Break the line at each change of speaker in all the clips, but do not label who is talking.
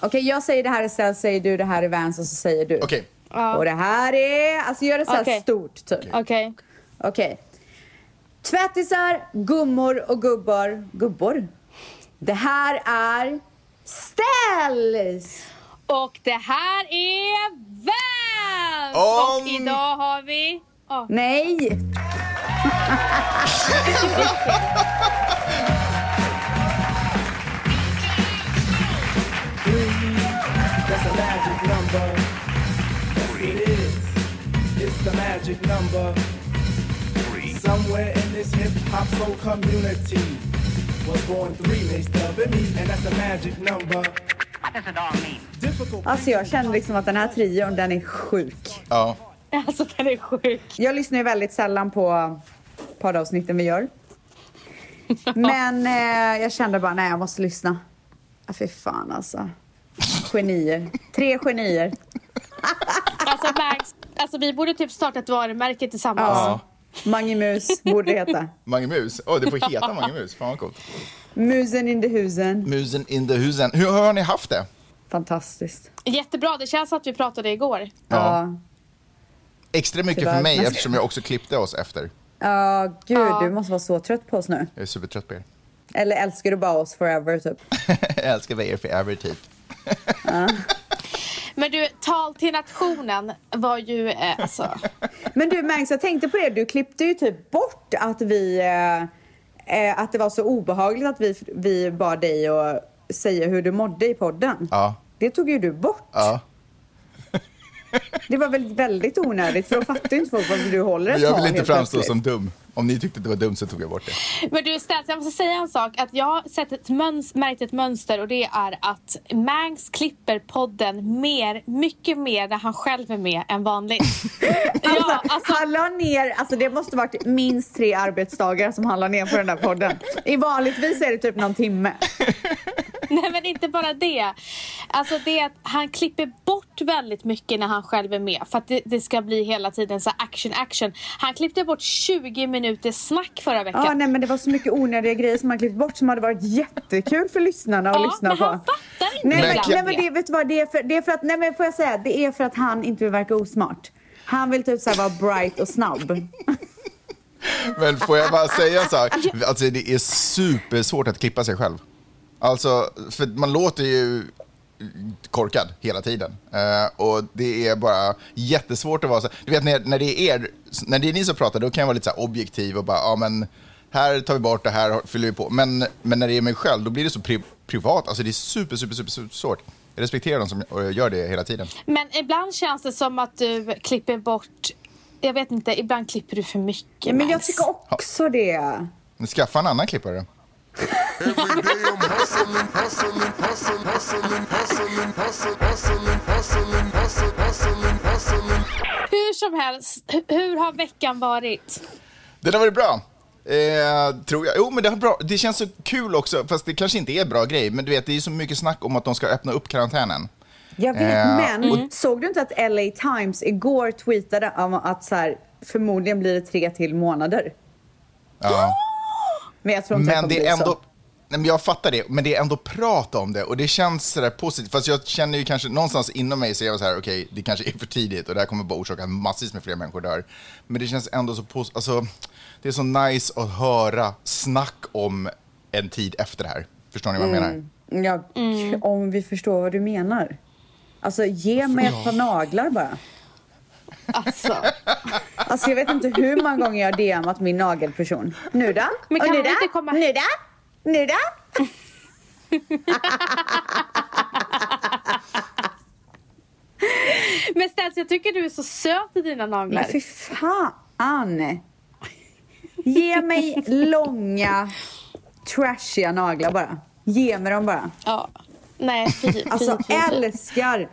Okej, jag säger det här är Sells, säger du det här är Vans och så säger du.
Okej.
Och
Ja.
det här är... Alltså gör det så här
Okej.
stort, typ.
Okej.
Okej. Tvättisar, gummor och gubbar. Gubbor? Det här är Ställs!
Och det här är Vans!
Om-
Och idag har vi... Ja.
Nej!
That's a magic number. Yes, it is. It's the magic number. Somewhere in this hip hop soul community was born three mixed up in me, and that's a magic number.
What does it all mean?
Difficult.
Alltså jag känner liksom att den här trion, den är sjuk.
Ja.
Alltså den är sjuk.
Jag lyssnar ju väldigt sällan på poddavsnitten vi gör. Men eh, jag kände bara, nej jag måste lyssna. Ah, fy fan alltså. Genier. Tre genier.
Alltså Max, alltså vi borde typ starta ett varumärke tillsammans.
Ja. Mange Mus borde det heta.
Mange Mus. Åh, det får heta Mange Mus. Fan vad coolt.
Musen in the husen.
Musen in the husen. Hur har ni haft det?
Fantastiskt.
Jättebra, det känns som att vi pratade igår.
Ja.
Extra mycket
Tyvärr.
för mig eftersom jag också klippte oss efter.
Ja, gud,
Ja.
du måste vara så trött på oss nu.
Jag är supertrött på er.
Eller älskar du bara oss forever, typ?
jag älskar er för ever typ.
Men du, tal till nationen var ju... Eh, alltså,
Men du, Mangs, jag tänkte på det. Du klippte ju typ bort att vi... Eh, eh, att det var så obehagligt att vi, vi bad dig att säga hur du mådde i podden.
Ja.
Det tog ju du bort.
Ja.
Det var väl väldigt onödigt, för då fattar ju inte folk varför du håller ett
Men jag
tal
vill inte
helt
framstå
plötsligt.
som dum. Om ni tyckte det var dumt så tog jag bort det.
Men du Stats, jag måste säga en sak. Att jag har sett ett mönster, märkt ett mönster och det är att Mangs klipper podden mer, mycket mer när han själv är med än vanligt. ja,
Alltså,
alltså,
han la ner, alltså det måste varit minst tre arbetsdagar som han la ner på den där podden. I vanligtvis är det typ någon timme.
nej men inte bara det. Alltså det är att han klipper bort väldigt mycket när han själv är med. För att det, det ska bli hela tiden så här action, action. Han klippte bort 20 minuter snack förra veckan.
Ja, nej men det var så mycket onödiga grejer som man klippt bort som hade varit jättekul för lyssnarna att
Ja,
lyssna
men
på.
han fattar inte
nej, men,
ibland
nej men
det.
det, vet du vad, det är för, det är för att, nej men får jag säga, det är för att han inte vill verka osmart. Han vill typ såhär vara bright och snabb.
Men får jag bara säga en sak? Alltså, det är supersvårt att klippa sig själv. Alltså, för man låter ju korkad hela tiden. Eh, och det är bara jättesvårt att vara så. Du vet när, när det är er, när det är ni som pratar, då kan jag vara lite så här objektiv och bara, ja men här tar vi bort det här fyller vi på. Men, men när det är mig själv, då blir det så pri- privat. Alltså det är super, super, super, super svårt. Jag respekterar dem som eh, gör det hela tiden.
Men ibland känns det som att du klipper bort... Jag vet inte, ibland klipper du för mycket
Men jag
Max.
tycker också det.
Skaffa en annan klippare.
Hur som helst, hu- hur har veckan varit?
Den har varit bra. Eh, tror jag. Jo, men det, har bra. det känns så kul också, fast det kanske inte är bra grej, men du vet, det är så mycket snack om att de ska öppna upp karantänen.
Jag vet,
Eh,
men såg du inte att LA Times igår tweetade om att så här, förmodligen blir det tre till månader?
Ja.
Men jag tror inte
Men
kommer
det
bli
är
så.
ändå... Nej, men jag fattar det, men det är ändå prat om det och det känns sådär positivt. Fast jag känner ju kanske någonstans inom mig så är jag så här, okej, det kanske är för tidigt och det här kommer bara orsaka massvis med fler människor dör. Men det känns ändå så positivt, alltså det är så nice att höra snack om en tid efter det här. Förstår ni vad jag menar?
Ja,
Mm.
om vi förstår vad du menar. Alltså, ge mig ett par naglar bara.
Alltså.
Alltså, jag vet inte hur många gånger jag har DMat min nagelperson. Nu då?
Men
Och
kan
nu
hon
då?
inte komma-
Nu då? Nu då?
Men Stens, jag tycker du är så söt i dina
Men
naglar.
fy fan! Ge mig långa, trashiga naglar bara. Ge mig dem bara.
Ja. Nej, fy, fy,
Alltså,
fy, fy.
älskar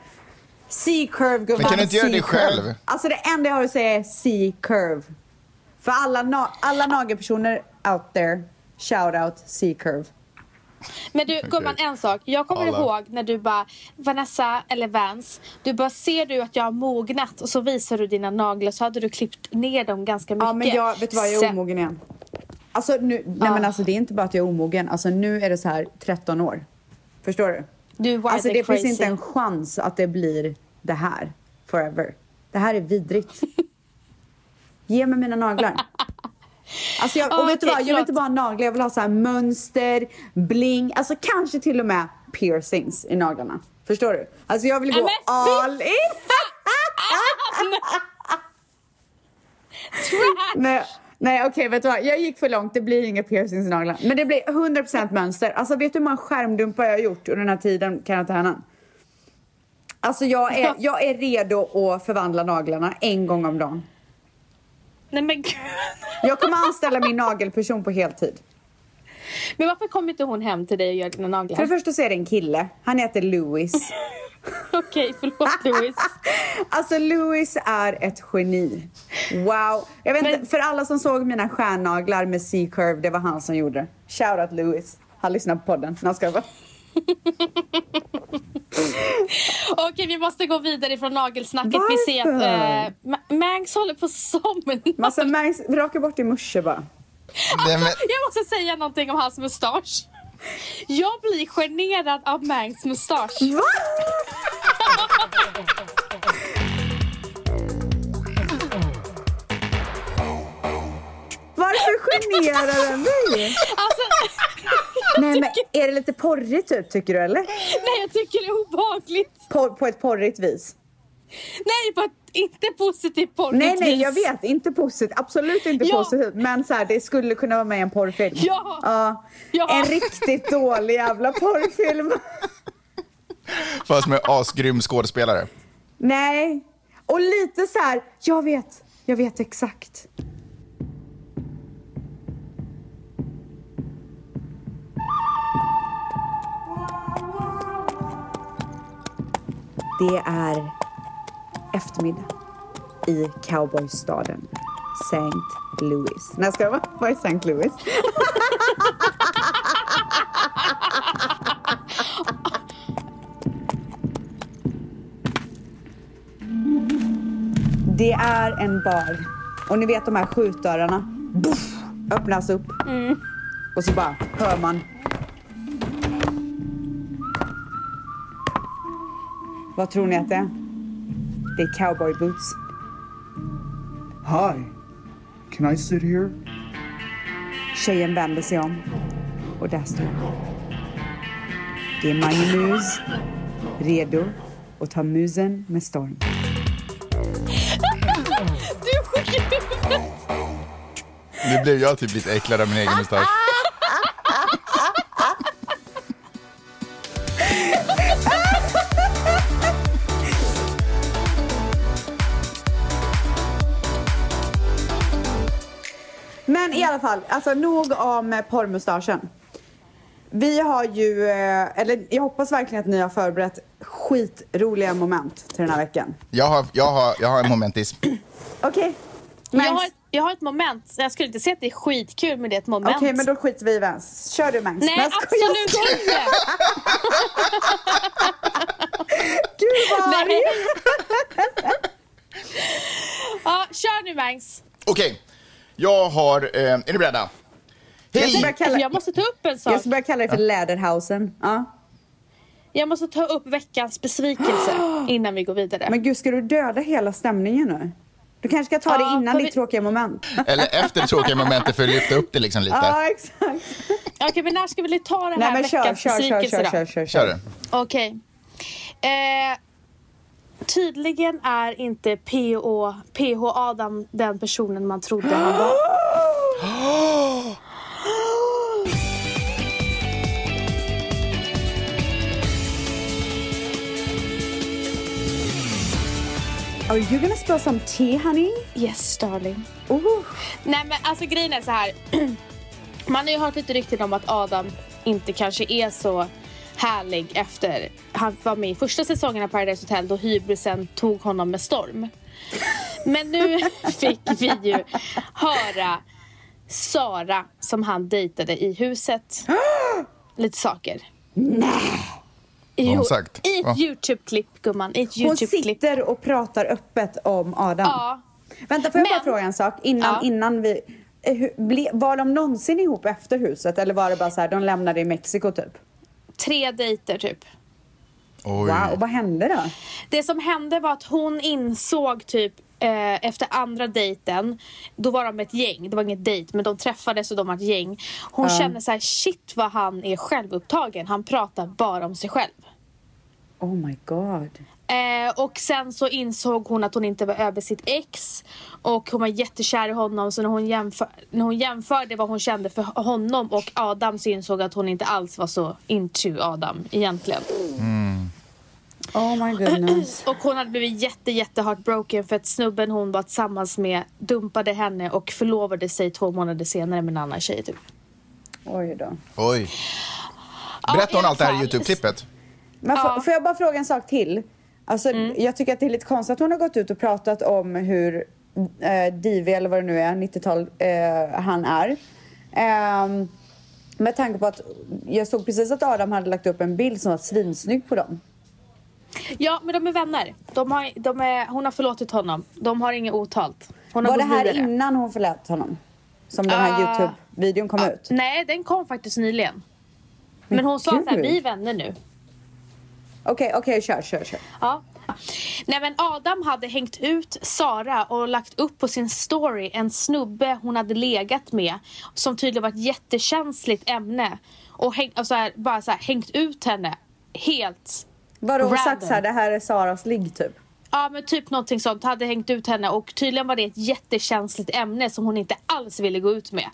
C-curve, gumman.
Men kan du inte göra det
C-curve.
själv?
Alltså, det enda jag har att säga är C-curve. För alla, na- alla nagelpersoner out there, shout out C-curve.
Men du, gumman, en sak. Jag kommer
Alla.
ihåg när du bara, Vanessa eller Vans, du bara, ser du att jag har mognat? Och så visar du dina naglar så hade du klippt ner dem ganska mycket.
Ja, men jag, vet du vad, jag är
Sen-
omogen igen. Alltså, nu, nej,
Ja.
men alltså, det är inte bara att jag är omogen. Alltså, nu är det så här 13 år. Förstår du?
Du är wild
Alltså
and
det
crazy.
finns inte en chans att det blir det här forever. Det här är vidrigt. Ge mig mina naglar. Alltså jag, och
Ja,
vet du
okej,
vad, jag vill inte
förlåt.
bara ha naglar, jag vill ha så här mönster, bling, alltså kanske till och med piercings i naglarna. Förstår du? Alltså jag vill
Nej,
gå
men fy
all in. Nej, nej okej, vet du vad? Jag gick för långt. Det blir inga piercings i naglarna. Men det blir 100% mönster. Alltså vet du hur många skärmdumpar jag har gjort under den här tiden? Kan jag ta annan? Alltså jag är, jag är redo att förvandla naglarna en gång om dagen.
Nej men gud.
Jag kommer anställa min nagelperson på heltid.
Men varför kommer inte hon hem till dig och gör dina naglar?
För det första så är det en kille. Han heter Louis.
Okej, förlåt Louis.
Alltså Louis är ett geni. Wow. Jag vet
Men-
inte, för alla som såg mina stjärnnaglar med C-curve, det var han som gjorde det. Shoutout Louis. Han lyssnar på podden. När ska jag...
Okej, vi måste gå vidare från nagelsnacket. Vi ser att
Varför?
eh, Ma- Mangs håller på att somna.
Massa märks, raka bort din musche bara.
Nej, men,
Jag måste säga någonting om hans mustasch. Jag blir generad av Mangs mustasch.
Va? Varför generar den dig?
Alltså,
Nej, men är det lite porrigt typ, tycker du eller?
nej, jag tycker det är obehagligt.
På, på ett porrigt vis?
Nej, på ett inte positivt porrigt
Nej, nej,
vis.
jag vet. Inte positivt. Absolut inte
Ja.
positivt. Men så här, det skulle kunna vara med i en porrfilm.
Ja.
Ja.
Ja.
En riktigt dålig jävla porrfilm.
fast med asgrym skådespelare.
Nej. Och lite så här, jag vet, jag vet exakt. Det är eftermiddag i cowboystaden St. Louis. Nej, ska jag vara? Var är St. Louis? Det är en bar. Och ni vet de här skjutdörrarna. Buff, öppnas upp. Och så bara hör man. Vad tror ni att det är? Det är cowboy boots.
Hi, can I sit here?
Tjejen vänder sig om. Och där står hon. Det är Mange Mus. Redo att ta musen med storm.
Du är sjuk.
Nu blev jag typ lite äcklad av min egen mustasch.
Men i alla fall, alltså nog om eh, porrmustaschen. Vi har ju, eh, eller jag hoppas verkligen att ni har förberett skitroliga moment till den här veckan.
Jag har, jag har, jag har en momentis.
Okej,
Jag
Vans.
har, ett- jag har ett moment. Jag skulle inte säga att det är skitkul, men det är ett moment.
Okej, men då skiter vi i Vans. Kör du Vans.
Nej,
Men jag skojar.
absolut inte!
Gud vad arg!
Nej. ja, kör nu, Mangs.
Okej, jag har... Eh, är ni beredda?
Jag ska
Hej!
börja kalla,
Jag måste ta upp en sak.
jag ska börja kalla det för Läderhausen. Ja.
Jag måste ta upp veckans besvikelse innan vi går vidare.
Men gud, ska du döda hela stämningen nu? Du kanske ska ta
Ja,
det innan
kom
ditt
i-
tråkiga moment.
Eller efter tråkiga momentet för att lyfta upp det liksom lite.
Ja, exakt.
Okej, men när ska vi ta den
Nej,
här
men kör,
veckans
kör, kör,
besvikelse
kör,
då?
kör, kör,
Kör du.
Okej. Eh, tydligen är inte PH, PH Adam den personen man trodde han var.
Are you gonna spill some tea, honey?
Yes, darling.
Oh.
Nej, men alltså grejen är så här. Man har ju hört lite rykten om att Adam inte kanske är så härlig efter han var med i första säsongen av Paradise Hotel då hybrisen tog honom med storm. Men nu fick vi ju höra Sara som han dejtade i huset. Lite saker. Nej!
Vad har
Jo,
hon sagt?
i
Va?
ett Youtube-klipp gumman. I ett
Hon
Youtube-klipp.
sitter och pratar öppet om Adam.
Ja.
Vänta, får jag bara
Men-
fråga en sak innan,
Ja.
innan vi... eh, hur- ble- Var de någonsin ihop efter huset eller var det bara så här, de lämnade i Mexiko typ?
Tre dejter typ.
Oj.
Wow, och vad hände då?
Det som hände var att hon insåg typ eh, efter andra dejten, då var de ett gäng, det var inget dejt men de träffades och de var ett gäng. Hon kände så här, shit vad han är självupptagen, han pratar bara om sig själv.
Oh my god.
Eh, och sen så insåg hon att hon inte var över sitt ex och hon var jättekär i honom så när hon, jämför, när hon jämförde vad hon kände för honom och Adam så insåg att hon inte alls var så into Adam egentligen.
Oh my goodness.
Och hon hade blivit jätte, jätte heartbroken för att snubben hon var tillsammans med dumpade henne och förlovade sig två månader senare med en annan tjej typ.
Oj då.
Oj.
Ja, i
Berättar hon
alla
allt det här i
fall.
YouTube-klippet?
Men f-
Ja. Mm.
Får jag bara fråga en sak till? Alltså, Jag tycker att det är lite konstigt att hon har gått ut och pratat om hur eh, divig, eller vad det nu är, 90-tal, eh, han är. Ehm, med tanke på att jag såg precis att Adam hade lagt upp en bild som var svinsnygg på dem.
Ja, men de är vänner. De har, de är, hon har förlåtit honom. De har inget otalt. Hon har
Var det
gått
här
vidare.
innan hon förlät honom? Som den här
Ah.
Youtube-videon kom ut?
Nej, den kom faktiskt nyligen. Men hon sa
kul.
såhär, vi är vänner nu.
Okej, okej, kör, kör, kör.
Ja. Nej men Adam hade hängt ut Sara och lagt upp på sin story en snubbe hon hade legat med som tydligen var ett jättekänsligt ämne och, häng, och så här, bara så här, hängt ut henne helt.
Var hon sagt
Random.
så här, det här är Saras ligg typ?
Ja men typ någonting sånt, hade hängt ut henne och tydligen var det ett jättekänsligt ämne som hon inte alls ville gå ut med.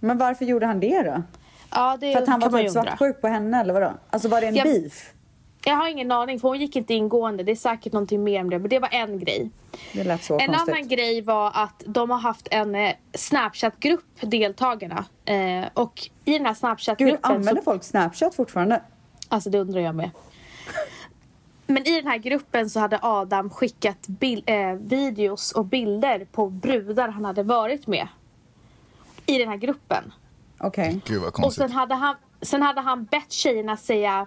Men varför gjorde han det då?
Ja det
För att han
kan
var
man
typ
ju undra.
svartsjuk på henne eller vadå? Alltså var det en
Ja,
beef?
Jag har ingen aning för hon gick inte ingående, det är säkert någonting mer om det men det var en grej.
Det lät så
En
konstigt.
annan grej var att de har haft en eh, Snapchat-grupp, deltagarna. Eh, och i den här
Gud,
Snapchat-gruppen...
använder
Så,
folk Snapchat fortfarande?
alltså det undrar jag med. Men i den här gruppen så hade Adam skickat bil, eh, videos och bilder på brudar han hade varit med. I den här gruppen.
Okej.
Gud vad
Och
konstigt.
sen hade han, sen hade han bett tjejerna säga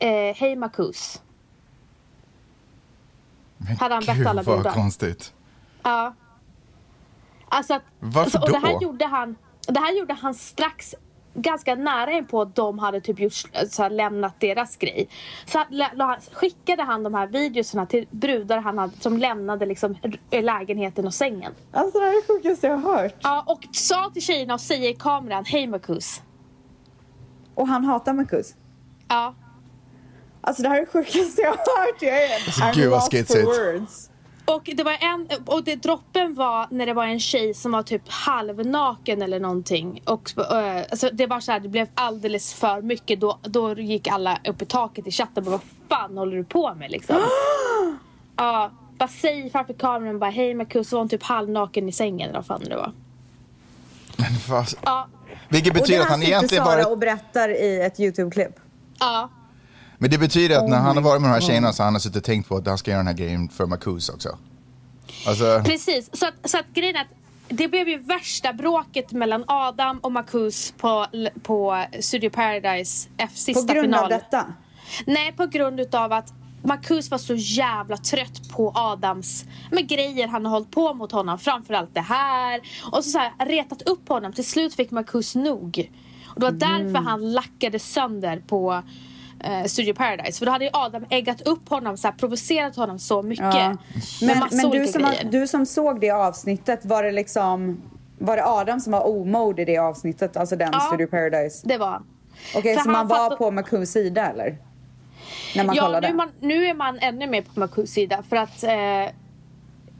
eh, Hej Marcus.
Men
hade han bett
Gud,
alla
vad
brudar.
konstigt.
Ja. Alltså att,
Varför
alltså, och det här
då?
gjorde han Det här gjorde han strax Ganska nära in på att de hade typ gjort, så här, lämnat deras grej. Så att la- la- skickade han de här videorna till brudar han hade, som lämnade liksom, r- lägenheten och sängen.
Alltså det här är det sjukaste jag har hört.
Ja, och sa till tjejerna och säger i kameran, hej Marcus.
Och han hatar Marcus.
Ja.
Alltså det här är det sjukaste jag har hört. Jag är I'm
gud, vad
lost for
skitsigt.
words.
Och det var en, och det, droppen var när det var en tjej som var typ halvnaken eller någonting. Och, eh, alltså det var så här, det blev alldeles för mycket. Då, då gick alla upp i taket i chatten och bara, vad fan håller du på med liksom? Ja, bara säg framför kameran bara, hej Marcus, så var hon typ halvnaken i sängen eller vad fan det var.
Men vad-
Ja,
Vilket
Och det
betyder att
här
han
sitter
egentligen
Sara
bara...
och berättar i ett YouTube-klipp.
ja,
Men det betyder att när
Oh
han har
my
varit med de här
God.
tjejerna så har han har suttit och tänkt på att han ska göra den här grejen för Marcus också. Alltså,
precis. Så att, så att grejen är att det blev ju värsta bråket mellan Adam och Marcus på, på Studio Paradise F
På
sista
grund
final.
av detta.
Nej, på grund utav att Marcus var så jävla trött på Adams med grejer han har hållit på mot honom. Framförallt det här. Och så, så här, retat upp honom. Till slut fick Marcus nog. Och det var
Mm.
därför han lackade sönder på eh, Studio Paradise. För då hade ju Adam äggat upp honom, så här, provocerat honom så mycket.
Ja.
Med
Men,
massa
men du,
olika
som, har-
grejer.
du som såg det avsnittet, var det liksom... Var det Adam som var omod i det avsnittet? Alltså den
Ja.
Studio Paradise?
Det var han.
Okej,
För
så man
han
var
fattar-
på Marcus sida eller? När man
ja, nu
kollade?
är man, nu är man ännu mer på Marcus sida för att eh,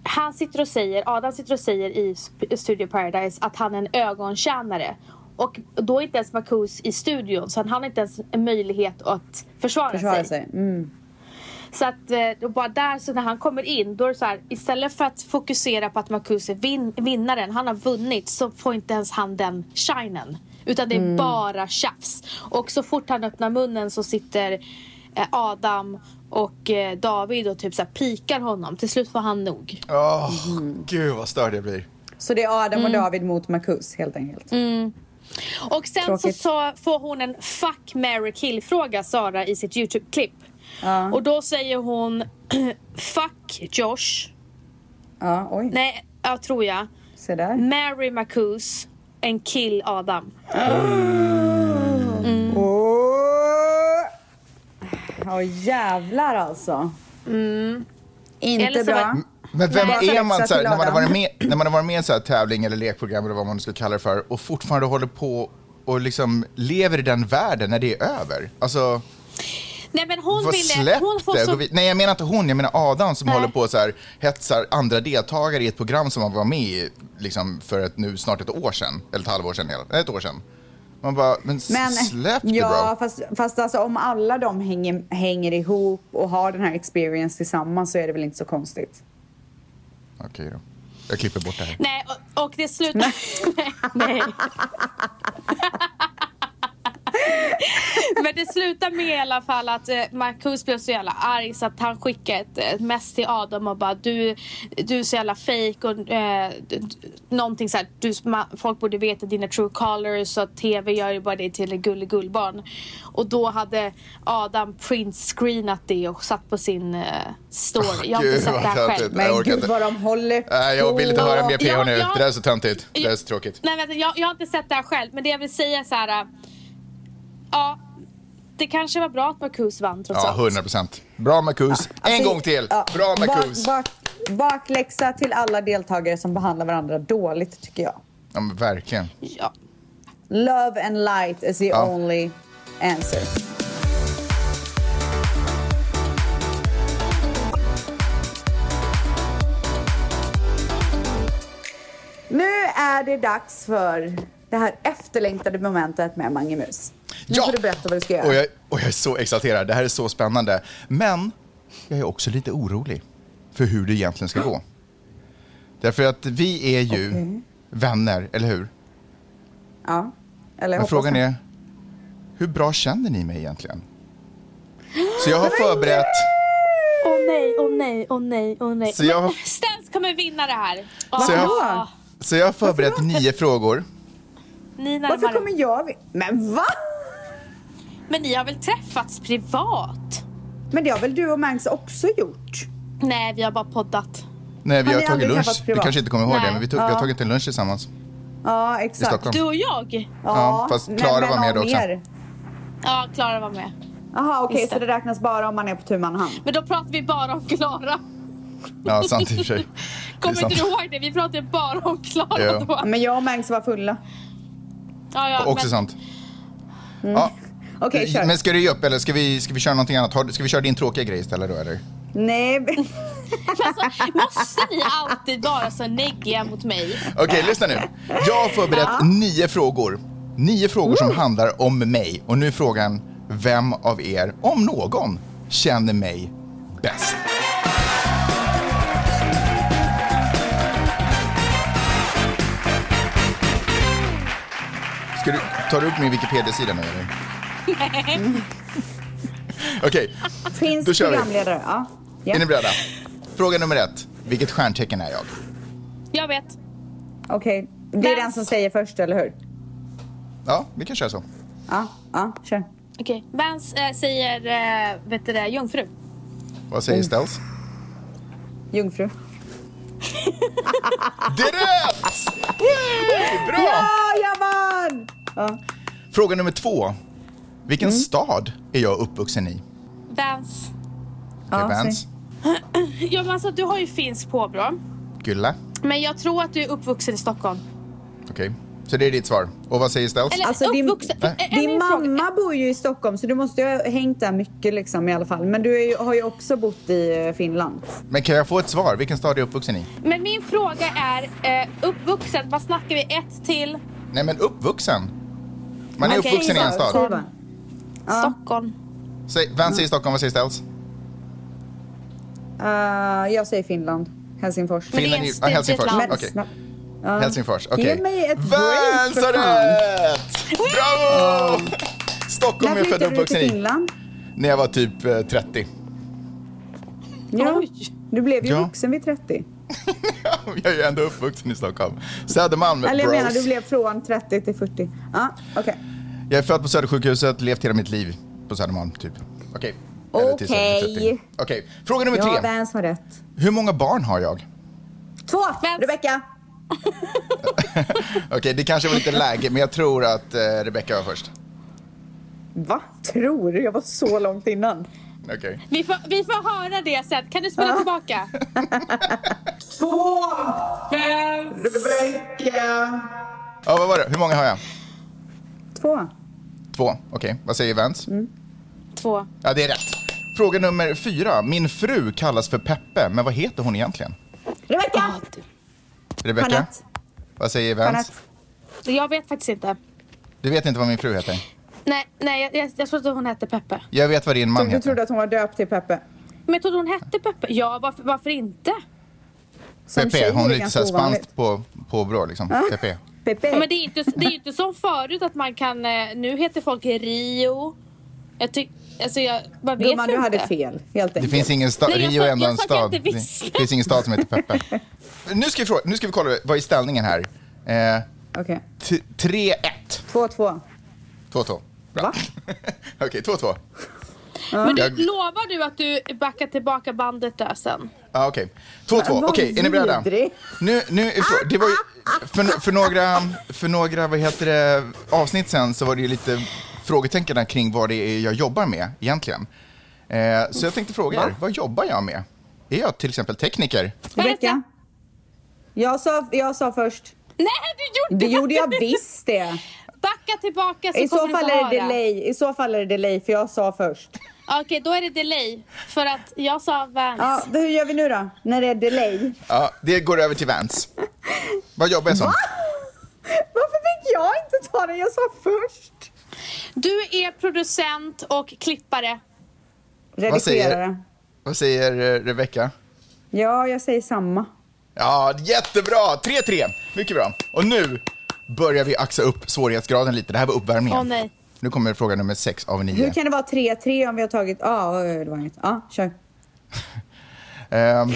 han sitter och säger, Adam sitter och säger i Sp- Studio Paradise att han är en ögontjänare. Och då är inte ens Marcus i studion så han har inte ens en möjlighet att försvara,
Försvara
sig.
sig. Mm.
Så att eh, då bara där, så när han kommer in då är det så här, istället för att fokusera på att Marcus är vin- vinnaren, han har vunnit, så får inte ens han den shinen. Utan det
Mm.
är bara tjafs. Och så fort han öppnar munnen så sitter eh, Adam och eh, David och typ så här pikar honom. Till slut får han nog.
åh, gud vad störd jag blir.
Så det är Adam och David mot Marcus helt enkelt.
Och sen så,
Tråkigt.
så får hon en fuck, marry, kill fråga Sara i sitt Youtube-klipp.
Ja.
Och då säger hon fuck Josh.
Ja, oj.
Nej, Mm. jag tror jag.
Se där.
Marry Marcus and kill Adam.
Åh! Åh jävlar alltså. Inte
Eller så
bra.
Mm.
var-
Men vem
Nej,
är
jag
man,
satt
så här,
i
när, man har
lådan.
varit med, när man har varit med i så här tävling eller lekprogram eller vad man nu ska kalla det för och fortfarande håller på och liksom lever i den världen när det är över? Alltså,
Nej men hon
vad
ville...
släpp
Hon får
det.
så...
Gå vid- Nej, jag menar inte hon, jag menar Adam som
Nej.
håller på och så här, hetsar andra deltagare i ett program som han var med i liksom, för ett, nu snart ett år sedan, eller ett halvår sedan, eller ett år sedan. Man bara, men,
Men,
släpp det
ja,
bro.
fast, fast alltså, om alla de hänger, hänger ihop och har den här experience tillsammans så är det väl inte så konstigt.
Okej då. Jag klipper bort det här.
Nej, och, och det slutar... Nej. nej. Men det slutar med i alla fall att eh, Marcus blev så jävla arg så att han skickade ett, ett mess till Adam och bara du, du är så jävla fejk och eh, d- d- någonting så här, du, ma- folk borde veta dina true colors så att tv gör ju bara dig till en gullig gullbarn. Och då hade Adam printscreenat det och satt på sin eh, story. Jag har inte
Gud,
sett det
vad
här
töntigt.
själv.
Nej, jag
Men
orkar
gud
inte.
vad de håller på.
Nej, jag vill inte höra mer PH
Ja,
nu.
ja.
Det där är så töntigt. Det där är så tråkigt.
Nej, vänta, jag, jag har inte sett det här själv, men det jag vill säga är så här... äh, Ja, det kanske var bra att Marcus vann trots
Ja,
allt.
100 procent. Bra Marcus. en
Alltså,
gång till.
ja,
Bra
bak-
Marcus.
Bak, bakläxa till alla deltagare som behandlar varandra dåligt tycker jag.
Ja, men verkligen.
Ja.
Love and light is the
Ja.
only answer. Nu är det dags för det här efterlängtade momentet med Mange Mus. Nu får du berätta vad du ska göra.
Och jag, och jag är så exalterad. Det här är så spännande. Men jag är också lite orolig för hur det egentligen ska gå. Därför att vi är ju vänner, eller hur?
Ja. Eller jag
Men
hoppas
frågan
det.
är, hur bra känner ni mig egentligen? Så jag har förberett...
Åh nej, åh nej, åh nej, åh nej.
Så jag-
Men Stens kommer vinna det här.
Så jag,
Vadå?
så jag har förberett nio frågor.
Ni
Varför
närmare.
kommer jag... vi- Men va?
Men ni har väl träffats privat?
Men det har väl du och Mangs också gjort?
Nej, vi har bara poddat.
Nej, vi
Har
har
ni
tagit
aldrig
lunch.
träffats
Du
privat?
kanske inte kommer ihåg det,
Nej.
men vi, tog, vi har tagit en lunch tillsammans
Ja,
i
exakt.
Stockholm.
Du och jag?
Ja, fast Klara var
någon
med då också.
mer.
Ja, Klara var med.
Jaha, okej,
Just
så det räknas bara om man är på tu man hand.
Men då pratar vi bara om Klara.
Ja, sant i och för sig. Det är
Kommer
sant.
inte du ihåg det? Vi pratade bara om Klara
Jo.
då.
Men jag och Mangs var fulla.
Ja, ja,
Också
men-
sant. Ja.
Okej, kör.
Men ska du ge upp eller ska vi, ska vi köra någonting annat? Har du- Ska vi köra din tråkiga grej istället då eller?
Nej, men-
Alltså, måste ni alltid vara så neggiga mot mig?
Okej, lyssna nu. Jag har förberett nio frågor. Nio frågor som handlar om mig. Och nu är frågan, vem av er, om någon, känner mig bäst? Ska du, tar du upp min Wikipedia-sida nu eller? Okej,
finns
Då kör vi.
programledare? Ja. ja.
är ni beredda? Fråga nummer ett. Vilket stjärntecken är jag?
Jag vet.
Okej, det är
Mens.
den som säger först, eller hur?
Ja, vi kan köra så.
Ja, ja, kör.
Okej. Vans eh, säger eh, vet du det, jungfru.
Vad säger Stels?
Jungfru.
Det är rätt! Yay, Bra!
Ja, jag vann! Ja.
Fråga nummer två. Vilken stad är jag uppvuxen i?
Vans.
Ja,
Okay, Vans.
säg.
Ja, men alltså, du har ju finsk påbrå.
Gulla.
Men jag tror att du är uppvuxen i Stockholm.
Okej. Så det är ditt svar. Och vad säger Stels?
Eller
Alltså, din-
uppvuxen.
Nej.
Är- är
Din
min fråga-
mamma bor ju i Stockholm, så du måste ju ha hängt där mycket liksom, i alla fall. Men du är ju, har ju också bott i eh, Finland.
Men kan jag få ett svar? Vilken stad är jag uppvuxen i?
Men min fråga är eh, uppvuxen. Vad snackar vi? Ett till
Nej, men uppvuxen. Man är
Okej,
uppvuxen i en
Stockholm.
stad.
Säg bara.
Stockholm.
Säg, Vans säger Stockholm, vad säger Stels?
Eh, jag säger Finland. Helsingfors.
Men det är
Finland,
en
i-
stil
ah,
till ett
Helsingfors.
land.
Okej.
Men snabbt. Ja.
Helsingfors, okej.
Ge mig ett break,
Vans
för
har
fan.
rätt! Bravo! Stockholm är
När
jag född och
flyttade du till
uppvuxen i.
Finland?
När jag var typ eh, 30.
Ja.
Oj.
Du blev ju
Ja.
vuxen vid 30.
jag är ju ändå uppvuxen i Stockholm. Södermalm,
Eller jag
bros.
menar, du blev från 30 till 40. Ja, okej.
Jag är född på Södersjukhuset, levt hela mitt liv på Södermalm, typ. Okej. Eller tills jag
Okej.
blir 30. Okej. Fråga nummer
Ja,
tre.
Vans har rätt.
Hur många barn har jag?
Två!
Vans.
Rebecka!
Okej, det kanske var lite läge, men jag tror att eh, Rebecca var först.
Va? Tror du? Jag var så långt innan.
Okej.
Vi får, vi får höra det sen. Kan du spela tillbaka?
Två vecka.
Ja, vad var det? Hur många har jag?
Två.
Två. Okej, vad säger Vance?
Två.
Ja, det är rätt. Fråga nummer fyra. Min fru kallas för Peppe, men vad heter hon egentligen?
Rebecka!
Ah, du.
Rebecka?
Jeanette.
Vad säger Vance?
Jeanette.
Jag vet faktiskt inte.
Du vet inte vad min fru heter?
Nej, nej jag, jag, jag trodde hon hette Peppe.
Jag vet vad din man
Du, du
heter.
trodde att hon var döpt till Peppe?
Men jag trodde hon hette Peppe. Ja, varför, varför inte?
Som tjej
Pepe, hon
det
är lite
ganska
så här
ovanligt.
spanskt på, påbrå liksom.
Ah.
Pepe.
Ja,
Pepe.
men det är, inte, det är ju inte som förut att man kan... eh, Nu heter folk Rio. Jag tycker... Alltså jag, man vet
Gumman,
ju
du
inte.
hade fel. Helt
Det
enkelt.
finns ingen stad,
Nej, jag
Rio
sa-
är ändå
jag
en
sa att jag
stad.
inte
Det
visste.
finns ingen stad som heter Peppe. Nu ska vi, fråga, nu ska vi kolla, vad är ställningen här? Eh,
Okej.
t- 3-1.
Två, två.
2-2. Bra.
Va?
Okej, 2-2.
Men du,
Jag-
lovar du att du backar tillbaka bandet där sen?
Ja, okej. 2-2.
Vad
Okej, är ni beredda?
vidrig.
Nu, nu är frå- det var ju, för, för några, för några vad heter det, avsnitt sen så var det ju lite frågetänkande kring vad det är jag jobbar med egentligen. Eh, så jag tänkte fråga er, vad jobbar jag med? Är jag till exempel tekniker?
Rebecka. Jag sa, jag sa först.
Nej, du gjorde
Det gjorde jag
inte.
visst det.
Backa tillbaka så
I så
kommer
fall
du få
är det
höra.
delay. I så fall är det delay, för jag sa först.
Okej, då är det delay. För att jag sa Vans.
Ja, då hur gör vi nu då? När det är delay?
Ja, det går över till Vans. Vad jobbar jag som?
Varför fick jag inte ta den? Jag sa först.
Du är producent och klippare.
Vad säger-
Redigerare.
Vad säger eh, Rebecca?
Ja, jag säger samma.
Ja, jättebra! 3-3. Mycket bra. Och nu börjar vi axa upp svårighetsgraden lite. Det här var uppvärmningen.
Åh, nej.
Nu kommer fråga nummer 6 av 9.
Hur kan det vara 3-3 om vi har tagit... Ja, det var inget. Ja, kör.
Ehm,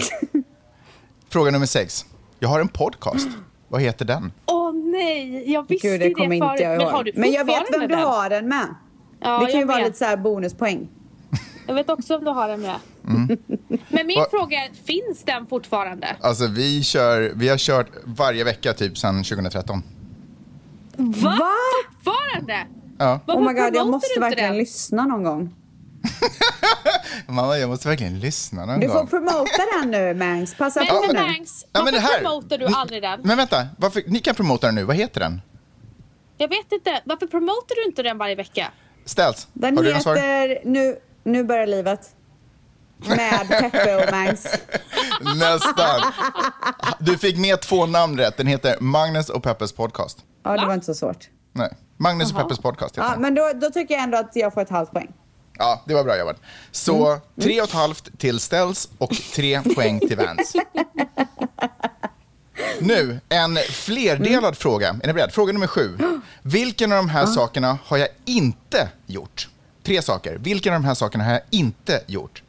fråga nummer sex. Jag har en podcast. Vad heter den?
Åh nej, jag visste
Gud, det kommer
förut.
inte jag
Men har
ihåg.
du
Men jag vet vem
fortfarande
du
den?
har den med.
Ja,
det kan ju
jag
vara
vet.
lite så här bonuspoäng.
Jag vet också om du har den med.
Mm.
Men min
Va-
fråga är, finns den fortfarande?
Alltså vi, kör, vi har kört varje vecka typ sedan 2013.
Va?
Va?
Fortfarande?
Ja.
Varför
oh my god, jag
promotar du
måste
inte
verkligen
den?
lyssna någon gång.
Mamma, jag måste verkligen lyssna någon
Du får
gång.
promota den nu, Mangs. Passa
Men,
på
men
nu.
Banks,
Ja,
varför
men det här-
promotar du
Ni-
aldrig den?
Men vänta, varför, ni kan promota den nu. Vad heter den?
Jag vet inte, varför promotar du inte den varje vecka?
Ställs.
Den
har du något svar?
heter nu, nu börjar livet. Med Peppe och Mangs.
Nästan. Du fick med två namn rätt. Den heter Magnus och Peppes podcast.
Ja, det var inte så svårt.
Nej, Magnus och
Jaha.
Peppes podcast heter
Ja,
den.
men då, då tycker jag ändå att jag får ett halvt poäng.
Ja, det var bra jobbat. Så tre och ett halvt till Ställs och tre poäng till Vans. Nu, en flerdelad fråga. Är ni beredda? Fråga nummer sju. Vilken av de här sakerna har jag inte gjort? Tre saker. Vilken av de här sakerna har jag inte gjort?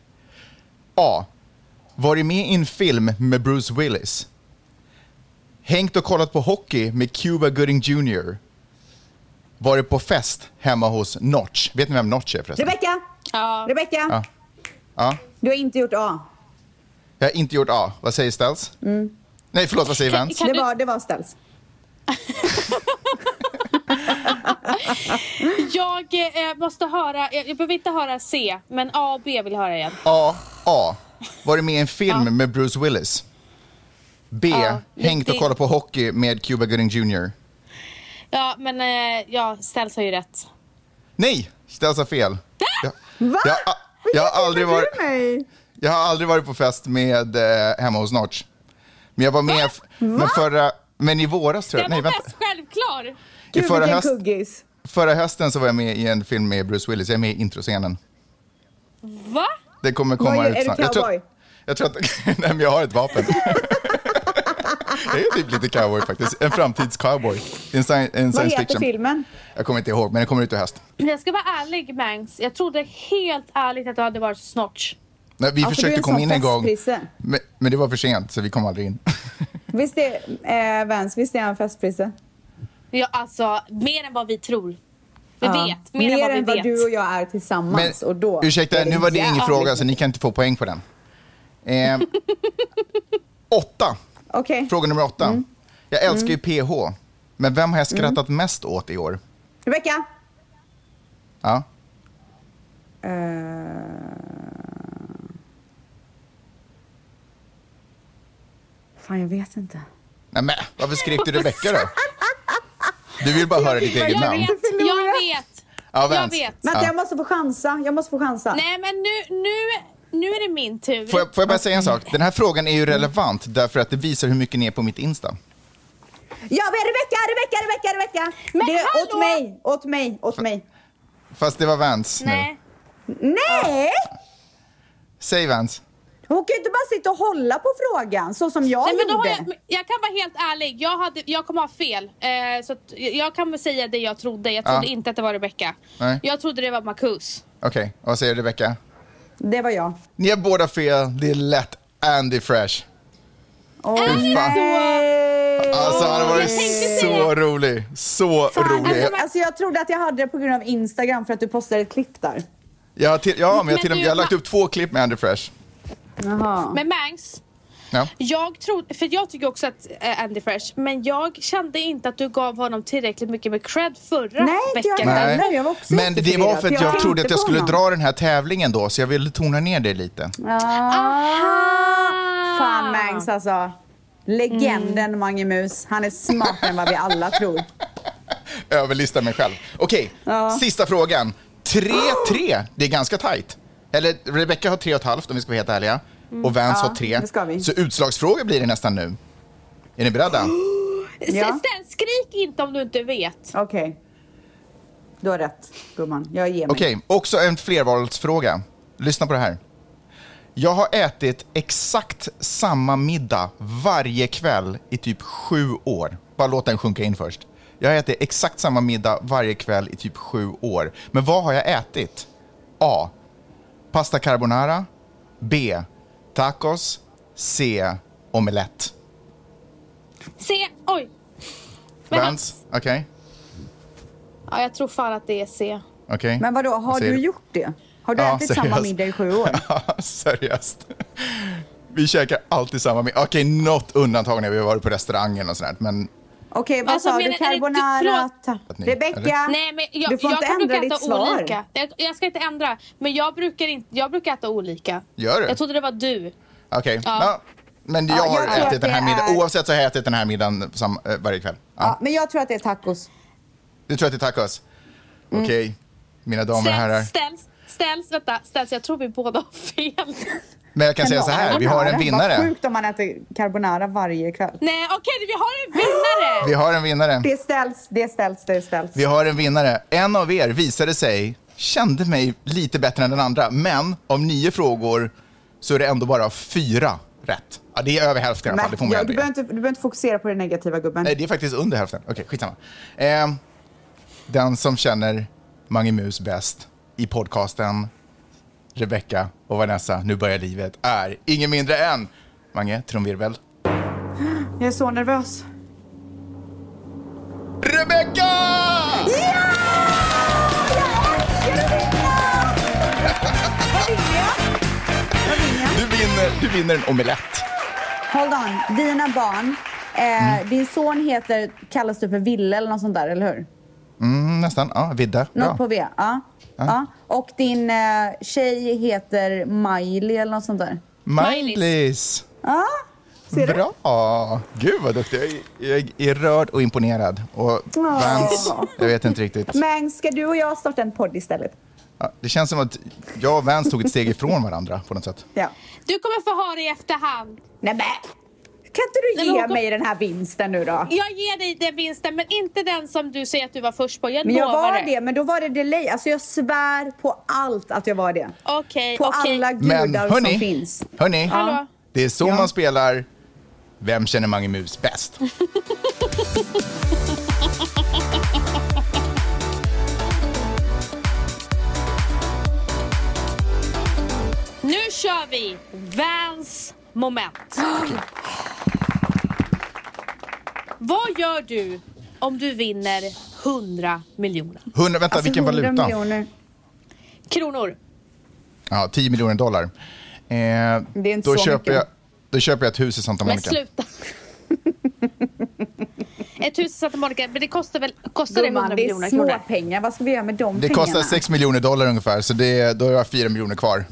A. Varit med i en film med Bruce Willis. Hängt och kollat på hockey med Cuba Gooding Jr. Varit på fest hemma hos Notch. Vet ni vem Notch är förresten?
Rebecka!
Ja.
Rebecka!
Ja. Ja.
Du har inte gjort A.
Jag har inte gjort A. Vad säger Ställs? Nej, förlåt, vad säger
Mm. Kan-
Vans?
kan-
Det
du-
var, det var ställs.
Jag eh, måste höra, jag, jag behöver inte höra C, men A och B vill jag höra igen.
A. A. Varit med i en film med Bruce Willis. B.
Ja,
Hängt och
det-
kollat på hockey med Cuba Gooding Jr.
Ja, men eh, ja, Ställs har ju rätt.
Nej! Ställs har fel. Jag,
Va?
jag, jag, har aldrig varit,
Nej.
jag har aldrig varit på fest med eh, hemma hos Notch. Men jag var med, f- med förra... Men i våras tror jag...
Den
Nej,
var
vänta.
mest självklar.
I
Gud,
förra,
vilken
höst,
kuggis.
förra hösten så var jag med i en film med Bruce Willis. Jag är med i introscenen.
Va?
Det kommer komma
gör-
ut
är du
snart. Jag tror-
cowboy?
Jag tror att... Nej, men jag har ett vapen. jag är typ lite cowboy faktiskt. En framtidscowboy. Det är En, sci- en
Vad
science
heter
fiction.
filmen?
Jag kommer inte ihåg, men det kommer ut i höst.
Jag ska vara ärlig, Mangs. Jag trodde helt ärligt att du hade varit snorts.
Nej, vi
Ja, för du är
försökte
en
komma
sån
in en gång,
festprisse.
men, men det var för sent, så vi kom aldrig in.
Visst är, eh, Vans, visst är han festprisse?
Ja, alltså, mer än vad vi tror. Vi
Ja.
vet. Mer, än vad vi vet.
du och jag är tillsammans. och då
ursäkta,
är
nu var det ingen
jävligt
fråga, så ni kan inte få poäng på den. Eh, åtta.
Okej.
Fråga nummer åtta.
Mm.
Jag älskar ju PH, men vem har jag skrattat mest åt i år?
Rebecka!
Ja.
Eh, Fan, jag vet inte.
Nej, men varför skrek du Rebecca då? Du vill bara höra ditt eget
Jag
namn.
vet, jag vet.
Ja,
Jag
Vance.
vet.
Vänta,
Ja.
jag måste få chansa. Jag måste få chansa.
Nej men nu, nu, nu är det min tur.
Får jag, får jag bara säga en sak? Den här frågan är ju relevant därför att det visar hur mycket ni är på mitt Insta.
Ja, men Rebecka, Rebecka, Rebecka, Rebecka!
Men
det är
hallå!
åt mig, åt mig, åt mig.
Fast det var Vance nu.
Nej.
Nej!
Säg Vance.
Hon kan ju inte bara sitta och hålla på frågan så som jag
Nej, men då har
gjorde.
jag, men jag kan vara helt ärlig, jag, hade, jag kommer ha fel. Eh, så att jag kan väl säga det jag trodde. Jag trodde
Ja.
inte att det var Rebecca.
Nej.
Jag trodde det var Marcus.
Okej, vad säger Rebecca?
Det var jag.
Ni har båda fel. Det är lätt Andy Fresh.
Åh,
Fy fan.
nej.
Alltså han har varit
Jag tänkte
så
säga-
rolig. Så rolig.
Alltså, alltså, jag trodde att jag hade det på grund av Instagram för att du postade ett klipp där.
Jag har, till, ja, men jag, har till och
Men
med,
du-
jag har lagt upp två klipp med Andy Fresh.
Jaha.
Men Mangs,
Ja.
jag trodde, för jag tycker också att eh, Andy Fresh, men jag kände inte att du gav honom tillräckligt mycket med cred förra
Nej, inte jag
veckan.
heller.
Nej.
jag var också
Men det
jätteförvirrad,
var för att
för jag
jag trodde att
tänkte
jag
på
skulle
honom.
dra den här tävlingen då, så jag ville tona ner det lite.
Ah. Fan Mangs alltså. Legenden
Mm.
Mange Mus. Han är smartare än vad vi alla tror.
Överlista mig själv. Okej, sista frågan. 3-3, det är ganska tajt. Eller Rebecca har 3,5 om vi ska vara helt ärliga. Och Vance
Ja,
har 3.
det ska vi.
Så utslagsfråga blir det nästan nu. Är ni beredda?
Ja.
S- Sen skrik inte om du inte vet.
Okej. Du har rätt gumman. Jag ger mig.
Okej, också en flervalsfråga. Lyssna på det här. Jag har ätit exakt samma middag varje kväll i typ sju år. Bara låt den sjunka in först. Jag har ätit exakt samma middag varje kväll i typ sju år. Men vad har jag ätit? A. Pasta carbonara. B. Tacos. C. Omelett.
Se, oj. Men han-
Vans? Okej.
Ja, jag tror fan att det är C.
Okej.
Men vadå, har
Vad säger
du
du?
gjort det? Har du
Ja,
ätit samma
seriöst.
middag i sju år?
Ja, seriöst. Vi käkar alltid samma middag. Okej, något undantag när vi har varit på restaurangen och sådär. Men
Okej, vad
Alltså,
sa du?
menar du-
Carbonara?
förlåt.
ta-
Att ni-
Rebecka?
eller?
Nej, men jag,
du får
jag
inte
kan
ändra
brukar
ditt
äta
svar.
olika. Jag, jag ska inte ändra, men jag brukar, inte, jag brukar äta olika.
Gör du?
Jag trodde det var du.
okej.
Ja.
Ja. Men jag
Ja, jag
har
tror att
ätit den här
det
middagen.
är-
Oavsett så har jag ätit den här middagen sam- eh, varje kväll. Ja.
Ja, men jag tror att det är tacos.
Du tror att det är tacos?
Mm.
Okej, mina damer och herrar.
Ställs, ställs, ställs, vänta, ställs. Jag tror vi båda har fel.
Men jag kan säga så här, vi har en
Vad
vinnare.
sjukt om man äter carbonara varje kväll.
Nej, okej, vi har en vinnare!
Vi har en vinnare.
Det ställs, det ställs, det ställs.
Vi har en vinnare. En av er visade sig kände mig lite bättre än den andra, men av nio frågor så är det ändå bara fyra rätt. Ja, det är över hälften i alla fall. Det får
Men,
man
ja,
ändå
du,
ge.
behöver inte, du behöver inte fokusera på det negativa gubben.
Nej, Eh, det är faktiskt under hälften. Okej, skitsamma. Eh, den som känner Mange Mus bäst i podcasten Rebecca och Vanessa, Nu börjar livet, är ingen mindre än Mange trumvirvel.
Jag är så nervös.
Rebecca! Du vinner, du vinner en omelett.
Hold on, dina barn. Eh,
Mm.
Din son heter, kallas du för Ville eller något sånt där, eller hur?
Mm, nästan. Ja, Vidde.
Något
Bra.
på V, ja. ja. Och din eh, tjej heter Miley eller något sånt där.
Maj-Lis.
Ja, ser du?
Bra! Gud vad duktig. Jag är, jag är rörd och imponerad. Och
Åh.
Vans, jag vet inte riktigt.
Men ska du och jag starta en podd istället?
Ja, det känns som att jag och Vans tog ett steg ifrån varandra på något sätt.
Ja.
Du kommer få ha det i efterhand.
Nej, men. Kan inte du
Nej, men
ge
hon kom-
mig den här vinsten nu då?
Jag ger dig den vinsten, men inte den som du säger att du var först på. Jag
Men jag
lovar
var
det.
det, men då var det delay. Alltså jag svär på allt att jag var det.
Okej,
På
okej.
alla
Men
gudar som
hörni,
finns.
hörni
Hallå?
det är så man spelar Vem känner Mange Mus bäst?
Nu kör vi Vans moment. Vad gör du om du vinner 100 miljoner
Hundra, vänta,
Alltså,
vilken
100
valuta?
miljoner.
kronor?
Ja, 10 miljoner dollar. Eh, det är
inte så
då, köper
mycket.
jag, då köper jag ett hus i Santa
Men
Monica.
sluta. Ett hus i Santa Monica, men det kostar väl kostar det 100
Gumman, det
miljoner
är
kronor?
småpengar. Vad ska vi göra med de
Det
pengarna?
kostar 6 miljoner dollar ungefär, så det, då har jag 4 miljoner kvar.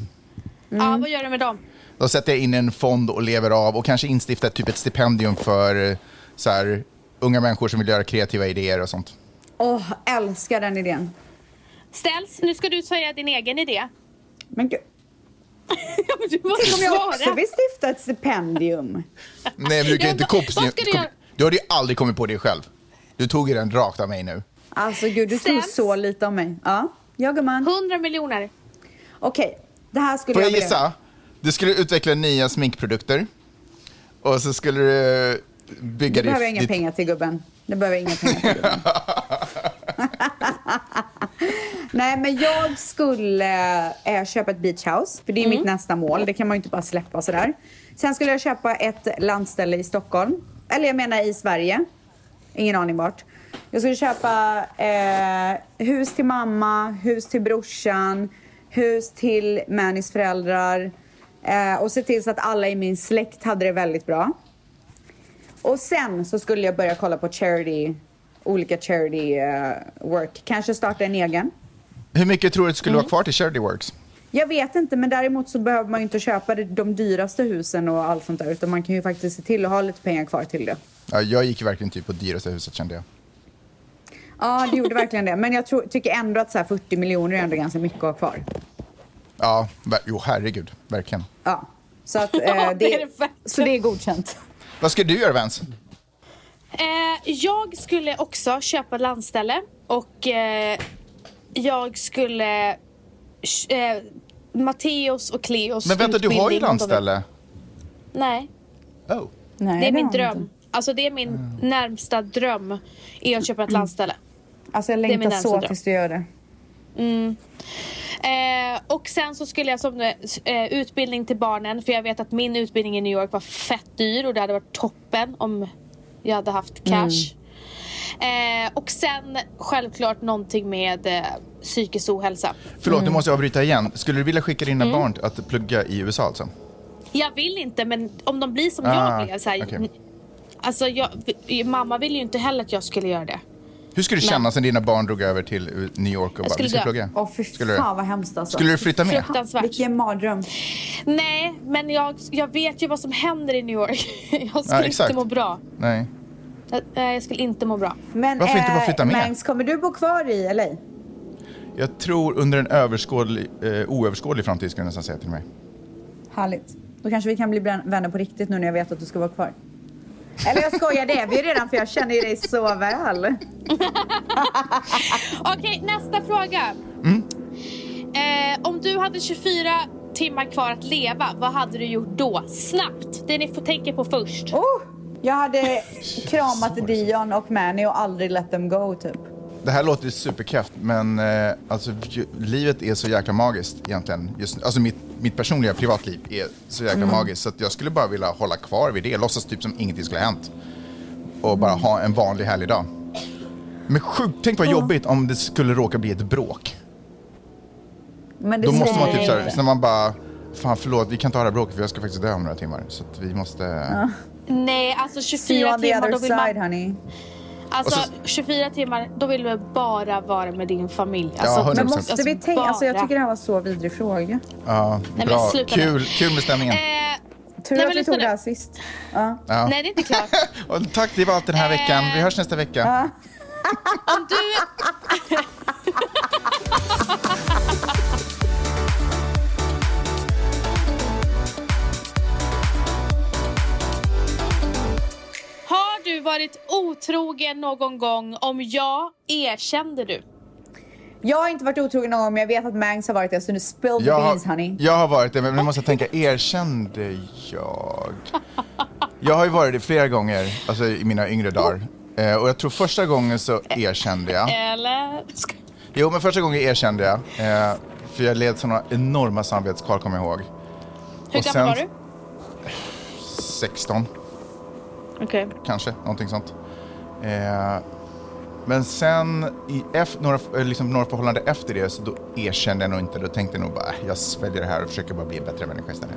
Ja, vad gör du med dem?
Då sätter jag in en fond och lever av och kanske instiftar typ ett stipendium för eh, så här, unga människor som vill göra kreativa idéer och sånt.
Åh, älskar den idén.
Ställs, nu ska du säga din egen idé.
Men gud,
Ja, men du måste
om jag
svara.
också vill stifta ett stipendium.
Nej, men du kan
Ja,
inte
vad-
komma
vad ska du
kom-
göra?
Du har ju aldrig kommit på det själv. Du tog ju den rakt av mig nu.
Alltså gud, du tror
Stäms.
så lite om mig. Ja, jag gumman.
100 miljoner.
Okej, det här skulle
Får jag
jag vilja-
gissa? Du skulle utveckla nya sminkprodukter och så skulle du eh, bygga
Det behöver jag
ditt...
inga pengar till gubben. Det behöver jag inga pengar till gubben. Nej, men jag skulle eh, köpa ett beach house, för det är mitt nästa mål. Det kan man ju inte bara släppa sådär. Sen skulle jag köpa ett landställe i Stockholm. Eller jag menar i Sverige. Ingen aning vart. Jag skulle köpa eh, hus till mamma, hus till brorsan, hus till Mannys föräldrar. Eh, och se till så att alla i min släkt hade det väldigt bra. Och sen så skulle jag börja kolla på charity, olika charity eh, work. Kanske starta en egen.
Hur mycket tror du det skulle vara kvar till Charity Works?
Jag vet inte, men däremot så behöver man ju inte köpa det- de dyraste husen och allt sånt där. Utan man kan ju faktiskt se till att ha lite pengar kvar till det.
Ja, jag gick ju verkligen typ på dyraste huset kände jag.
Ja, det gjorde verkligen det. Men jag tror, tycker ändå att så här 40 miljoner är ändå ganska mycket att ha kvar.
Ja, ver- jo herregud, verkligen.
Ja. Så, att, eh,
Ja, det är det verkligen.
så det är godkänt.
Vad ska du göra Vance?
Eh, jag skulle också köpa ett landställe och eh, jag skulle... sh- Eh, Matteos och Cleos
Men vänta, du har ju
utbildning, om de-
landställe.
Nej,
Oh.
Nej,
det är min
har jag
dröm.
inte.
Alltså det är min
Mm.
närmsta dröm, är att köpa ett landställe.
Alltså jag
min
längtar
närmsta
så
dröm.
tills du gör det.
Eh, och sen så skulle jag som eh, utbildning till barnen för jag vet att min utbildning i New York var fett dyr och det hade varit toppen om jag hade haft cash. Eh, och sen självklart någonting med eh, psykisk ohälsa.
Förlåt,
Mm.
nu måste jag avbryta igen. Skulle du vilja skicka dina barn att plugga i USA alltså?
Jag vill inte men om de blir som
Ah,
jag blev så här,
okej.
Alltså jag, mamma ville ju inte heller att jag skulle göra det.
Hur skulle det kännas när dina barn drog över till eh, New York och bara,
skulle
vi ska
dö.
plugga?
Åh fy
Skulle du?
fan vad hemskt alltså.
Skulle du flytta med?
Fruktansvärt.
Vilken mardröm.
Nej, men jag, jag vet ju vad som händer i New York. Jag skulle
exakt.
inte må bra.
Nej.
Jag, nej, jag skulle inte må bra.
Men, eh,
Varför inte bara flytta med?
Mangs, kommer du bo kvar i LA?
Jag tror under en överskådlig, eh, oöverskådlig framtid skulle jag nästan säga till mig.
Härligt. Då kanske vi kan bli brän- vänner på riktigt nu när jag vet att du ska vara kvar. Eller jag skojar, det är vi ju redan för jag känner ju dig så väl.
Okej, nästa fråga.
Mm.
Eh, om du hade 24 timmar kvar att leva, vad hade du gjort då? Snabbt! Det ni får tänka på först.
Oh, jag hade
så var
kramat
det så.
Dion och Manny och aldrig let them go typ.
Det här låter ju superkräft, men eh, alltså, ju, livet är så jäkla magiskt egentligen. Just, nu. alltså mitt, mitt personliga privatliv är så jäkla
Mm.
magiskt, så att jag skulle bara vilja hålla kvar vid det. Låtsas typ som ingenting skulle ha hänt. Och bara ha en vanlig härlig dag. Men sjukt, tänk vad jobbigt om det skulle råka bli ett bråk.
Men det
Då måste man
säger
typ såhär,
inte.
så när man bara, fan förlåt, vi kan inte ha det här bråket för jag ska faktiskt dö om några timmar. Så att vi måste...
Nej, alltså
See you
24
on the
timmar,
other
då vill man...
side honey.
Alltså,
Och så-
24 timmar, då vill du bara vara med din familj. Alltså,
100%.
Men måste
alltså,
vi tänka, alltså jag
bara.
tycker det här var så vidrig fråga.
Ja,
men
bra.
sluta nu.
Kul, kul med stämningen.
Eh,
Tur
Nej, men
att vi
lyssna
tog
nu.
det här sist. Ja.
Ja.
Nej, det är inte klart.
Och tack, det var allt den här
Eh.
veckan. Vi hörs nästa vecka.
Om du... Har du varit otrogen någon gång? Om ja, erkände du?
Jag har inte varit otrogen någon gång men jag vet att Mangs har varit det så nu spill the
Jag
beans honey.
har, jag har varit det, men nu måste jag tänka, erkände jag? Jag har ju varit det flera gånger, alltså i mina yngre dagar. Eh, och jag tror första gången så erkände jag.
Eh. Eller?
Jo, men första gången erkände jag. Eh, för jag led sådana enorma samvetskval, kommer jag ihåg.
Hur
Och
gammal
sen-
var du?
16,
Okej.
kanske, någonting sånt. Eh, men sen, i F, några, eh, liksom, några förhållanden efter det, så då erkände jag nog inte. Då tänkte jag nog bara, "Äh, jag sväljer det här och försöker bara bli en bättre människa istället.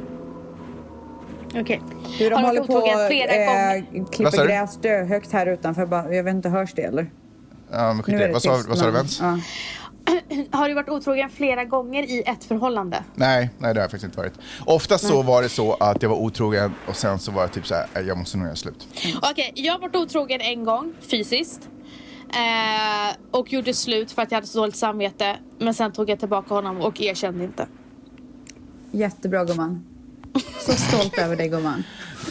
Okej.
Hur de
Har
håller
varit
på
otrogen flera gånger.
och
Vad sa
klipper
du?
gräs högt här utanför. Bara, jag vet inte, hörs det eller?
Ja, men skit i det. Vad sa,
tyst,
vad sa du,
men-
Vens?
ja.
Har du varit otrogen flera gånger i ett förhållande?
Nej, nej, det har jag faktiskt inte varit. Oftast så
Mm.
var det så att jag var otrogen och sen så var jag typ så här, "Nej, jag måste nog göra slut.
Okej, jag har varit otrogen en gång fysiskt. Eh, och gjorde slut för att jag hade så dåligt samvete. Men sen tog jag tillbaka honom och erkände inte.
Jättebra gumman. Så stolt över dig gumman.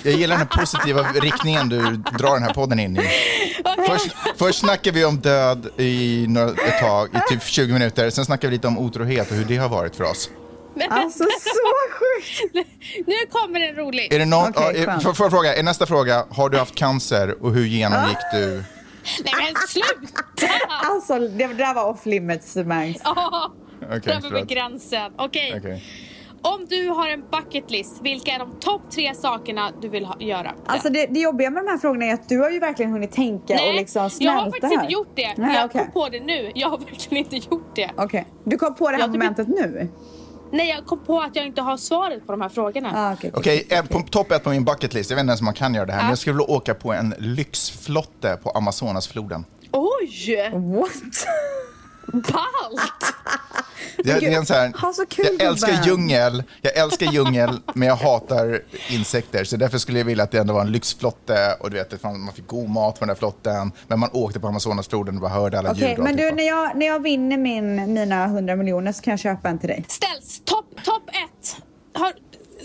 Jag gillar den här positiva riktningen du drar den här podden in i. Först, först snackar vi om död i några, ett tag, i typ 20 minuter. Sen snackar vi lite om otrohet och hur det har varit för oss.
Alltså så sjukt.
Nu kommer en rolig.
Är det någon,
Okej,
ja, är-
skönt.
får- får jag fråga, är nästa fråga, har du haft cancer och hur genomgick
Ah!
du?
Nej men sluta!
Alltså det det där var off limits Mangs.
Oh,
Okej,
där var vi
förlåt.
gränsen. Okej.
Okej.
Om du har en bucket list, vilka är de topp tre sakerna du vill ha, göra?
Alltså det, det jobbiga med de här frågorna är att du har ju verkligen hunnit tänka och liksom
jag
smälta
har faktiskt inte
här.
gjort det.
Nej,
jag
okej.
kom på det nu. Jag har verkligen inte gjort det.
Okej, du kom på det här
Jag tycker-
momentet nu?
Nej, jag kom på att jag inte har svaret på de här frågorna.
Ah, okej, okej.
Okej, en- på topp ett på min bucket list, jag vet inte ens om man kan göra det här,
Ah.
men jag skulle vilja åka på en lyxflotte på Amazonasfloden.
Oj!
What?
Ballt!
Jag, det är en så här,
Ha så kul,
jag älskar
gubben.
djungel, jag älskar djungel, men jag hatar insekter. Så därför skulle jag vilja att det ändå var en lyxflotte och du vet, att man man fick god mat från den där flotten, men man åkte på Amazonasfloden och bara hörde alla
Okej,
ljud. och
men du
alltihopa.
när jag, när jag vinner min, mina 100 miljoner så kan jag köpa en till dig.
Ställs, topp top ett. Har,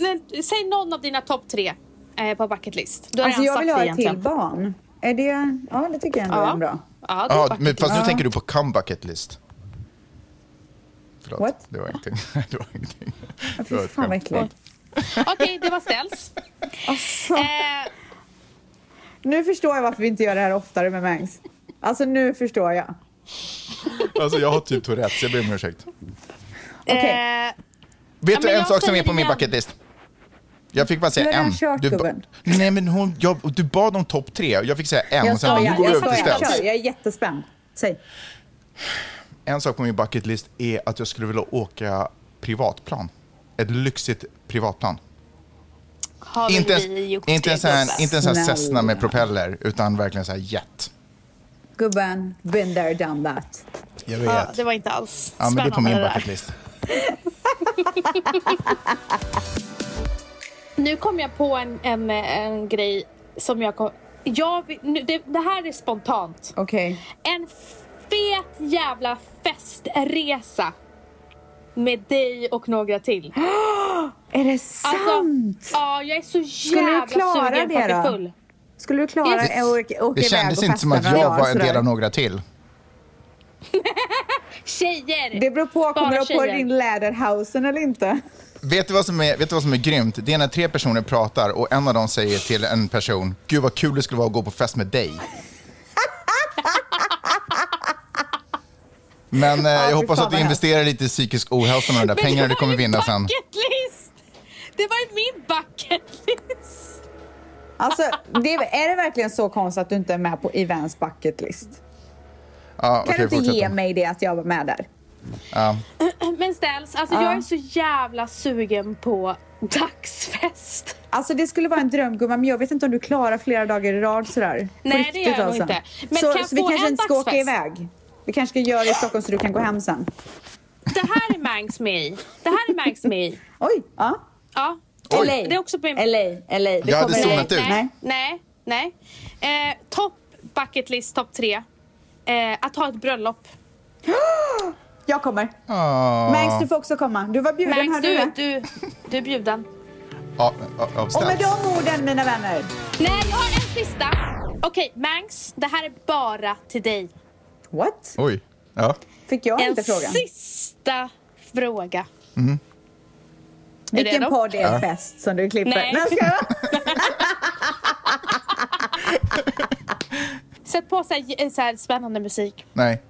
men, säg någon av dina topp tre eh, på bucket list. Du har
Alltså
redan
jag vill
sagt
ha
det
ett till
egentligen.
barn. Är det, ja det tycker jag ändå är en bra.
Ja, det är
Ja,
bucket
men,
list.
fast nu tänker du på come bucket list. Förlåt,
What?
det var ingenting. det var ingenting.
Ja,
Det var
Fy
ett
fan vad
skämt.
äckligt.
Okej, det var ställs.
Alltså,
Eh,
nu förstår jag varför vi inte gör det här oftare med Mangs. Alltså nu förstår jag.
Alltså jag har typ Tourettes, jag ber om ursäkt.
Okej.
eh,
Vet du
men
en
jag
sak som
säger
är på min
igen.
bucket list? Jag fick bara
Nu har
säga en.
jag kört,
Du, ba-
gubben.
nej men hon, jag, du bad om topp tre och jag fick säga en.
Jag
och sen, bara, nu
skojar,
går vi
jag
upp till
skojar.
ställs.
Kör, jag är jättespänd. Säg.
En sak på min bucket list är att jag skulle vilja åka privatplan. Ett lyxigt privatplan.
har väl
Inte ens,
vi gjort
inte
det,
ens, en,
gubben?
inte ens en
Snälla.
Cessna med propeller, utan verkligen så här jet.
Gubben, been there, done that.
Jag vet.
Ja, det var inte alls
Ja, men det är på min
spännande
bucket
det där.
list.
Nu kom jag på en, en, en grej som jag kom... Jag, vill- nu, det, det här är spontant.
Okej.
En fet jävla festresa. Med dig och några till.
Är det sant?
Alltså, ja, jag är så
du
jävla
klara
sugen på
det
att bli
då?
full.
Skulle du klara
Det-
att åka, åka
Det
iväg
kändes
och
inte
festa
som att
några
jag
dagar
var en
sådär?
del av några till.
Tjejer!
Det beror på,
Bara
kommer du på
tjejer.
din läderhausen eller inte?
Vet du, vad som är, vet du vad som är grymt? Det är när tre personer pratar och en av dem säger till en person, gud vad kul det skulle vara att gå på fest med dig. Men eh,
fy
jag hoppas
fan
att du
vad
investerar lite i psykisk ohälsa med de där
Men
pengarna
det
du kommer
var ju
vinna sen.
bucket list. Det var ju min bucket list.
Alltså, det, är det verkligen så konstigt att du inte är med på Evans bucket list? Kan
Ja,
du
okej,
inte
fortsätt
ge
då.
mig det att jag var med där?
Ja.
Men ställs, alltså jag är så jävla sugen på dagsfest.
Alltså det skulle vara en dröm gumman, men jag vet inte om du klarar flera dagar i rad sådär. På
Nej, det
riktigt, alltså.
gör jag nog inte. Men
så,
kan jag
så vi
få
kanske
en
inte ska åka
dagsfest?
iväg. Vi kanske ska göra det i Stockholm så du kan gå hem sen.
Det här är Mangs med i. Det här är Mangs med i.
Oj, ja.
Ja.
Oj.
LA.
Det är också på min...
LA, LA. Det
Jag hade
kommer-
zonat ut.
nej, nej, nej. Eh, topp bucket list, topp tre. Eh, att ha ett bröllop.
Jag kommer.
Ah.
Mangs, du får också komma. Du var bjuden
Mangs,
här du
du,
med.
du, du är bjuden.
Ja, ja, ja,
Och med
ställs.
de orden mina vänner.
Nej, jag har en sista. Okej, Mangs, det här är bara till dig.
What?
Oj. Ja.
Fick jag
En
inte frågan?
sista fråga.
Vilken
redo?
podd är bäst som du klipper?
Nej.
Nej. ska jag?
Sätt på så här, så här spännande musik.
Nej.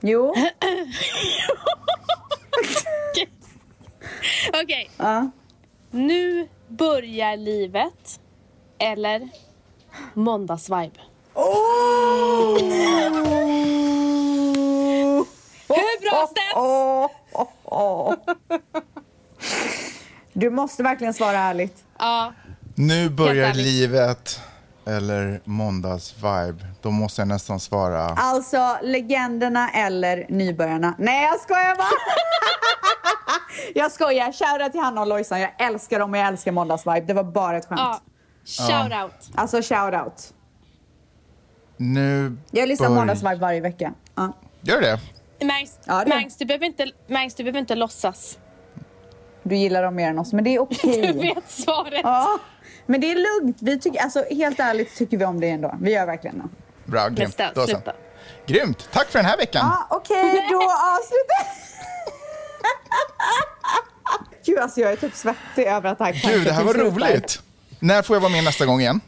Jo.
Okej,
Ja.
nu börjar livet. Eller måndagsvibe.
Oh!
Hur
Oh,
bra ställs?
Åh, åh, åh. Du måste verkligen svara ärligt.
Ja.
Nu börjar
ärligt.
livet, eller måndagsvibe. Då måste jag nästan svara.
Ah.
Alltså legenderna eller nybörjarna. Nej jag skojar bara! jag skojar. Shoutout till Hanna och Lojsan. Jag älskar dem och jag älskar måndagsvibe. Det var bara ett skämt.
ja. Shout out.
Alltså shoutout.
Nu
Jag lyssnar på
börj-
måndagsvibe varje vecka. Ja.
Gör det?
Mangs,
Ja, det-
Mangs, du behöver inte, Mangs, du behöver inte låtsas.
Du gillar dem mer än oss men det är okej.
Du vet svaret.
Ja, men det är lugnt. Vi tycker, alltså, helt ärligt tycker vi om det ändå. Vi gör verkligen det.
Bra, grymt.
Nästa,
Då så.
sluta. Ah.
Grymt. Tack för den här veckan.
Ja, Okej, då avslutar Gud, alltså jag är typ svettig över att det här kanske
Gud, det här var
finns ut där.
roligt. När får jag vara med nästa gång igen?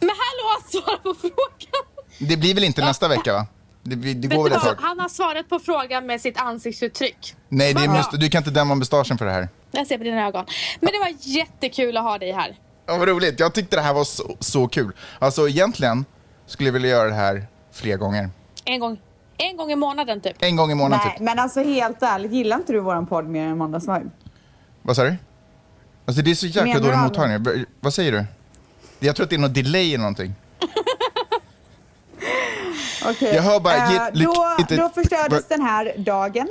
Men hallå, svara på frågan!
Det blir väl inte nästa vecka, va? Det, blir- det
Ah. Vet
går
du
väl ett
vad?
tag?
Han har svarat på frågan med sitt ansiktsuttryck.
Nej, det
Vad bra.
måste, du kan inte dämma mustaschen för det här.
Jag ser på dina ögon. Men det var jättekul att ha dig här.
Ja, vad roligt. Jag tyckte det här var så, så kul. Alltså, egentligen skulle jag vilja göra det här fler gånger.
En gång, en gång i månaden typ.
En gång i månaden,
Nej,
typ.
men alltså helt ärligt, gillar inte du våran podd mer än Måndagsvibe?
Vad sa du? Alltså, det är så jäkla
Menar du
dålig
allvar?
mottagning. B- Vad säger du? Jag tror att det är något delay eller någonting.
Okej.
Jag hör bara,
Eh,
ge- lyck-
då,
inte-
då förstördes
vad-
den här dagen.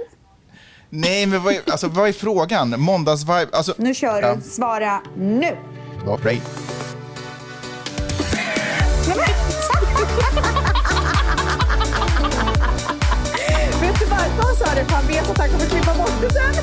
Nej, men vad är, alltså, vad är frågan? Måndagsvibe? Alltså,
Nu kör du.
Ja.
Svara nu.
Ja, right.
Vet du varför han sa det? För han vet att han kommer klippa bort det sen.